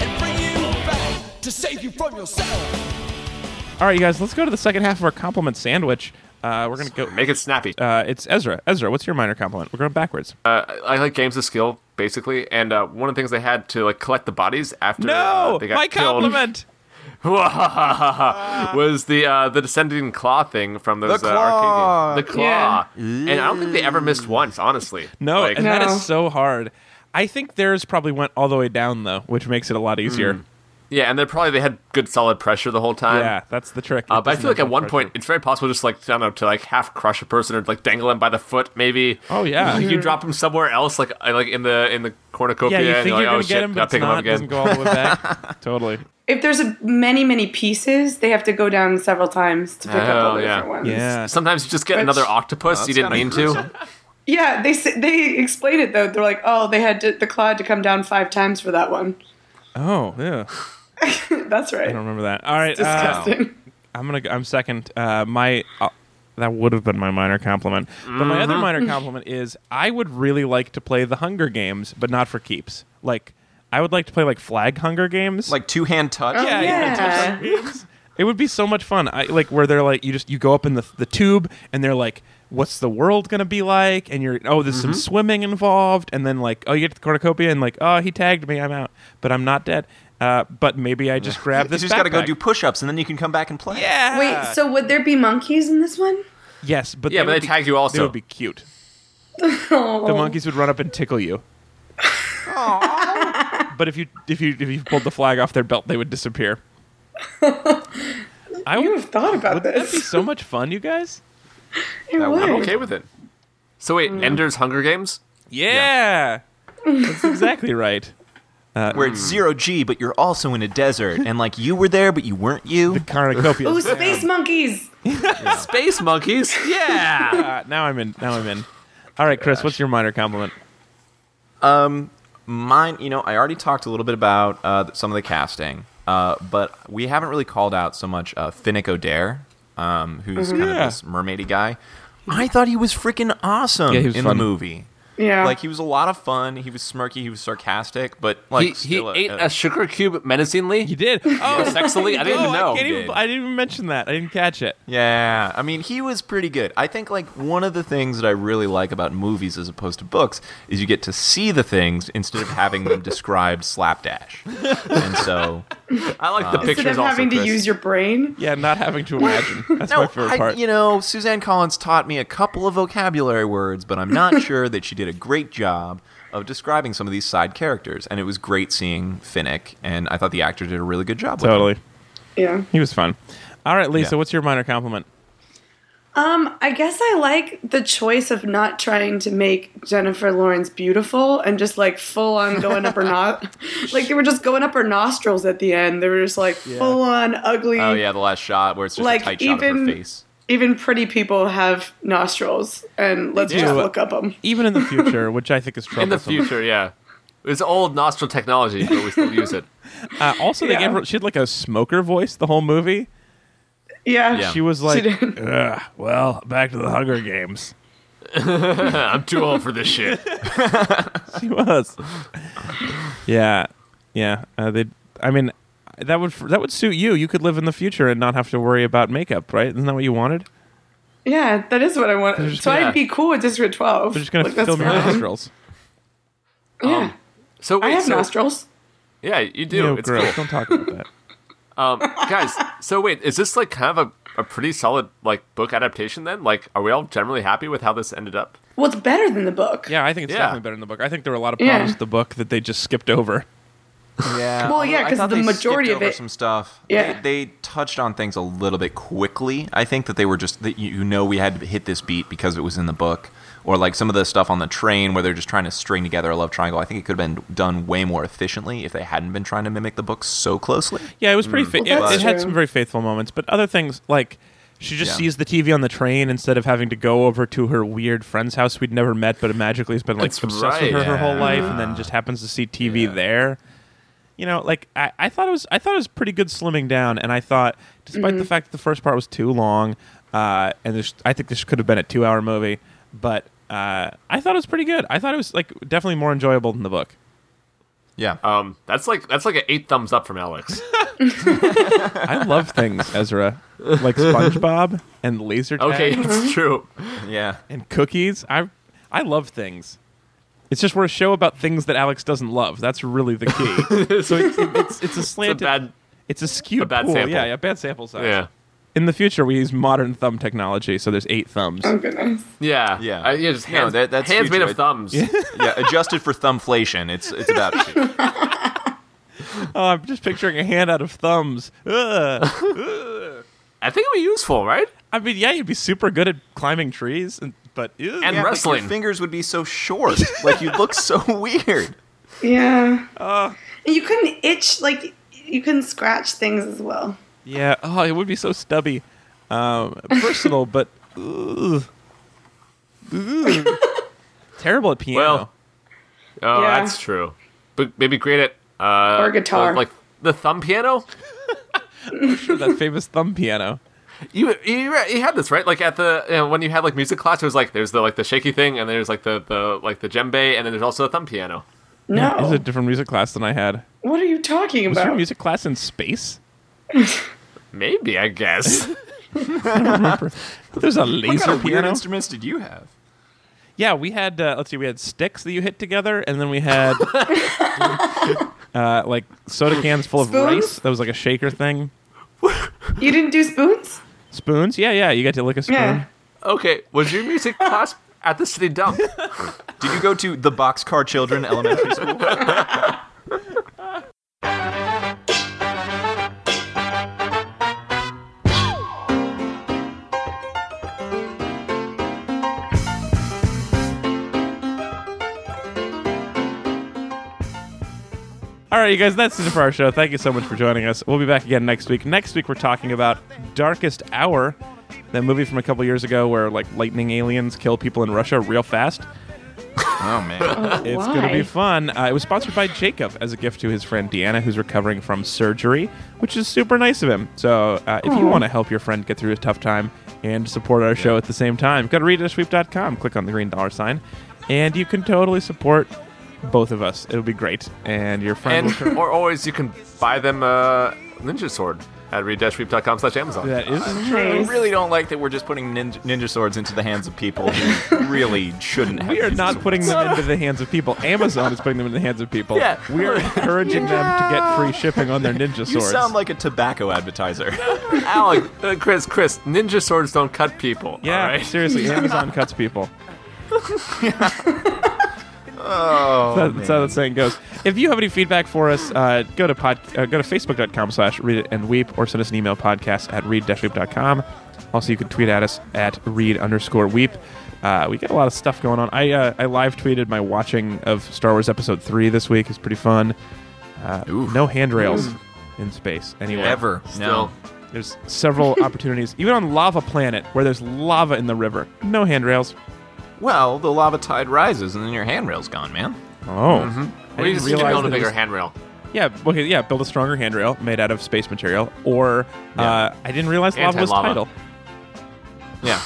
and bring you back to save you from yourself. All right, you guys, let's go to the second half of our compliment sandwich. Uh, we're going to go. Make it snappy. Uh, it's Ezra. Ezra, what's your minor compliment? We're going backwards. Uh, I like games of skill, basically. And uh, one of the things they had to like collect the bodies after uh, no! they got My killed compliment! was the uh, the descending claw thing from those The uh, arcade games. The claw. claw. And I don't think they ever missed once, honestly. No, Like, and that No. is so hard. I think theirs probably went all the way down, though, which makes it a lot Hmm. easier. yeah, and they probably they had good solid pressure the whole time. Yeah, that's the trick. It Uh, but I doesn't feel like have at one much point it's very possible just like I don't know to like half crush a person or like dangle him by the foot maybe. Oh, yeah. you drop him somewhere else like I- like in the in the cornucopia. Yeah, you and think you're you're like, gonna oh, get shit, him, gotta but it's pick him not. up again. Doesn't go all the way back. totally. If there's a many many pieces, they have to go down several times to pick up all Oh, the yeah. different ones. Yeah. Sometimes you just get Which- another octopus that's you didn't kinda mean to. gruesome. Yeah, they s- they explain it though. They're like, oh, they had to, the claw had to come down five times for that one. Oh yeah. That's right. I don't remember that. All right. uh, Disgusting. I'm gonna. go- I'm second. Uh, my. Uh, that would have been my minor compliment. But my Mm-hmm. other minor compliment is I would really like to play the Hunger Games, but not for keeps. Like I would like to play like Flag Hunger Games. like two hand touch. yeah, yeah. yeah. games. It would be so much fun. I like where they're like you just you go up in the the tube and they're like, what's the world gonna be like? And you're oh, there's Mm-hmm. some swimming involved, and then like oh, you get to the cornucopia and like oh, he tagged me, I'm out, but I'm not dead. Uh, but maybe I just grab this. you just got to go backpack. do push-ups, and then you can come back and play. Yeah. Wait, so would there be monkeys in this one? Yes, but Yeah, they but would they be- tag you also. They would be cute. Oh. The monkeys would run up and tickle you. but if you if you if you pulled the flag off their belt, they would disappear. I You would have thought about that'd be this. so much fun, you guys. It would. I'm okay with it. So Mm. wait, Ender's Hunger Games? Yeah, that's exactly right. Where it's zero G, but you're also in a desert, and like you were there, but you weren't you. Cornucopia. Ooh, Oh, space monkeys! Space monkeys? Yeah. Uh, now I'm in. Now I'm in. All right, Chris, what's your minor compliment? Mine, you know, I already talked a little bit about uh, some of the casting, uh, but we haven't really called out so much uh, Finnick O'Dare, um, who's kind Mm-hmm. Yeah. of this mermaidy guy. I thought he was freaking awesome Yeah, he was in fun. the movie. Yeah. Like he was a lot of fun. He was smirky. He was sarcastic, but like He, he still a- ate a- a sugar cube menacingly. You did. Oh, Sexily? I oh, didn't even know. I, can't even, Did. I didn't even mention that. I didn't catch it. Yeah, I mean, he was pretty good. I think like one of the things that I really like about movies as opposed to books is you get to see the things instead of having them described slapdash. And so, I like the Instead pictures of also. having to Chris. use your brain. Yeah, not having to imagine. That's my no, favorite oh, I, part. you know, Suzanne Collins taught me a couple of vocabulary words, but I'm not sure that she did a great job of describing some of these side characters. And it was great seeing Finnick, and I thought the actor did a really good job. with him. totally. Yeah. He was fun. All right, Lisa, Yeah. what's your minor compliment? Um, I guess I like the choice of not trying to make Jennifer Lawrence beautiful and just like full on going up her not like they were just going up her nostrils at the end. They were just like full on ugly. Oh yeah, the last shot where it's just Like, a tight shot of her even- face. Even pretty people have nostrils, and let's just do. look up them. Even in the future, which I think is troublesome. in the future, yeah. It's old nostril technology, but we still use it. Uh, also, they Yeah. gave her, she had like a smoker voice the whole movie. Yeah. Yeah. She was like, did. "Ugh, well, back to the Hunger Games. I'm too old for this shit. She was. yeah, yeah. Uh, they. I mean, that would that would suit you. You could live in the future and not have to worry about makeup, right? Isn't that what you wanted? Yeah, that is what I want. just So gonna- I'd be cool with District 12. They're just gonna Like, that's film your fine. nostrils. Yeah. So wait, I have so, nostrils. Yeah, you do. No, it's gross. cool. Don't talk about that. Um, guys, so wait, is this like kind of a, a pretty solid like book adaptation then? Like, are we all generally happy with how this ended up? Well, it's better than the book. Yeah, I think it's Yeah. definitely better in the book. I think there were a lot of Yeah. problems with the book that they just skipped over. Yeah. Well, yeah, although I 'cause thought the they majority skipped of over it- Some stuff. Yeah. They, they touched on things a little bit quickly. I think that they were just that you- you know we had to hit this beat because it was in the book, or like some of the stuff on the train where they're just trying to string together a love triangle. I think it could have been done way more efficiently if they hadn't been trying to mimic the book so closely. Yeah, it was Mm. pretty. Fa- Well, it- it, that's had true. some very faithful moments, but other things like she just Yeah. sees the TV on the train instead of having to go over to her weird friend's house we'd never met, but magically has been like That's obsessed right. with her her whole life, and then just happens to see TV there. You know, like I, I thought it was. I thought it was pretty good slimming down, and I thought, despite Mm-hmm. the fact that the first part was too long, uh, and there's, I think this could have been a two-hour movie, but uh, I thought it was pretty good. I thought it was like definitely more enjoyable than the book. Yeah. Um, that's like that's like an eight thumbs up from Alex. I love things, Ezra, like SpongeBob and laser tag. Okay, it's true. yeah. and cookies. I I love things. It's just we're a show about things that Alex doesn't love. That's really the key. so it's, it's, it's a slanted. bad- it's a skewed a bad pool. sample. Yeah, yeah, bad sample size. Yeah. In the future, we use modern thumb technology, so there's eight thumbs. Oh, goodness. Yeah, Yeah. I- yeah, just No, hands, that- that's hands made future. of thumbs. Yeah. Adjusted for thumbflation, it's it's about. two. Oh, I'm just picturing a hand out of thumbs. Ugh. I think it'd be useful, right? I mean, yeah, you'd be super good at climbing trees, and, but ew. And Yeah, but wrestling. Your fingers would be so short. Like you look so weird. Yeah. and you couldn't itch like you couldn't scratch things as well. yeah, oh, it would be so stubby, um, personal, but ugh. Ugh. terrible at piano. Well, Oh, Yeah. that's true. But maybe great at uh, Or guitar. uh, like the thumb piano. that famous thumb piano. You, you you had this right, like at the you know, when you had like music class. It was like there's the like the shaky thing, and there's like the the like the djembe, and then there's also a thumb piano. It was Oh. No. a different music class than I had. what are you talking Was your about? music class in space? Maybe I guess. There's a What kind laser of weird piano. instruments did you have? Yeah, we had. Uh, let's see, we had sticks that you hit together, and then we had uh, like soda cans full of Spoons? rice. That was like a shaker thing. You didn't do spoons? Spoons? Yeah, yeah. You got to lick a spoon. Yeah. Okay, was your music class at the city dump? Did you go to the Boxcar Children Elementary School? All right, you guys, that's it for our show. Thank you so much for joining us. We'll be back again next week. Next week, we're talking about Darkest Hour, that movie from a couple years ago where like lightning aliens kill people in Russia real fast. Oh man, It's going to be fun. Uh, it was sponsored by Jacob as a gift to his friend Deanna, who's recovering from surgery, which is super nice of him. So, uh, if you want to help your friend get through a tough time and support our show at the same time, go to readersweep.com, click on the green dollar sign, and you can totally support both of us. It'll be great. And your friend and will turn- or always you can buy them a ninja sword at read-weep.com slash Amazon. That is I Nice. really don't like that we're just putting ninja, ninja swords into the hands of people who really shouldn't. Have We are these not swords. putting them into the hands of people. Amazon is putting them in the hands of people. Yeah. We are encouraging them to get free shipping on their ninja swords. You sound like a tobacco advertiser. Alec, uh, Chris, Chris, ninja swords don't cut people. yeah, all right? seriously, Amazon cuts people. Oh, That- that's how that saying goes. If you have any feedback for us, uh, go to pod, uh, go to facebook.com slash read it and weep or send us an email podcast at read-weep.com. Also, you can tweet at us at read underscore weep. Uh, we got a lot of stuff going on. I uh, I live tweeted my watching of Star Wars Episode Three this week. It's pretty fun. Uh, no handrails in space anywhere. Ever Still. no. There's several opportunities, even on Lava Planet, where there's lava in the river. No handrails. Well, the lava tide rises and then your handrail's gone, man. Oh. I We didn't Mm-hmm. just need to realize build a that bigger it's- handrail. Yeah, okay, yeah, build a stronger handrail made out of space material. Or uh, I didn't realize lava was Anti-lava. tidal. Yeah.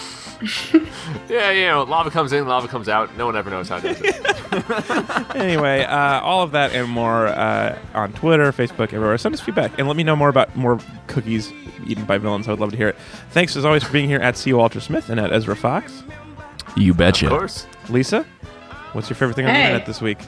Yeah, you know, lava comes in, lava comes out. No one ever knows how to do it. Anyway, uh, all of that and more uh, on Twitter, Facebook, everywhere. Send us feedback and let me know more about more cookies eaten by villains. I would love to hear it. Thanks as always for being here at C. Walter Smith and at Ezra Fox. You betcha. Of course. Lisa, what's your favorite thing on the Hey. internet this week?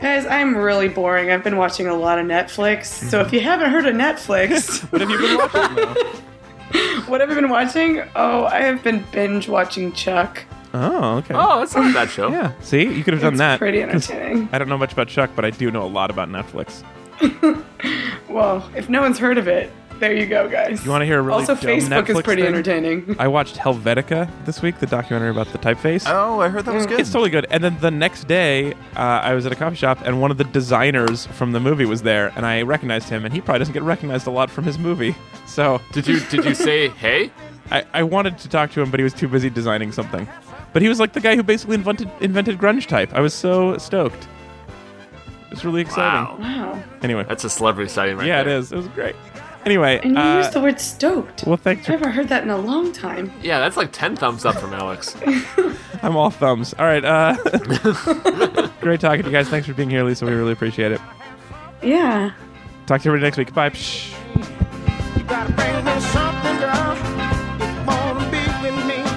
Guys, I'm really boring. I've been watching a lot of Netflix. So if you haven't heard of Netflix, Mm-hmm. What have you been watching? what have I been watching? Oh, I have been binge watching Chuck. oh, okay. Oh, that's not a bad show. Yeah. See, you could have done it's that. pretty 'cause entertaining. I don't know much about Chuck, but I do know a lot about Netflix. Well, if no one's heard of it, there you go, guys. You want to hear a really also, dumb Facebook is Netflix pretty thing? entertaining. I watched Helvetica this week, the documentary about the typeface. Oh, I heard that Mm. was good. It's totally good. And then the next day, uh, I was at a coffee shop, and one of the designers from the movie was there, and I recognized him, and he probably doesn't get recognized a lot from his movie. So Did you did you say hey? I, I wanted to talk to him, but he was too busy designing something. But he was like the guy who basically invented invented grunge type. I was so stoked. It's really exciting. Wow, Wow. Anyway, that's a celebrity sighting right yeah, it there. is. It was great. Anyway, And you uh, used the word stoked. well, thanks. For, I haven't heard that in a long time. Yeah, that's like ten thumbs up from Alex. I'm all thumbs. All right. Uh, great talking to you guys. Thanks for being here, Lisa. We really appreciate it. Yeah. Talk to everybody next week. Bye. Psh. You gotta bring me something, girl. You wanna be with me.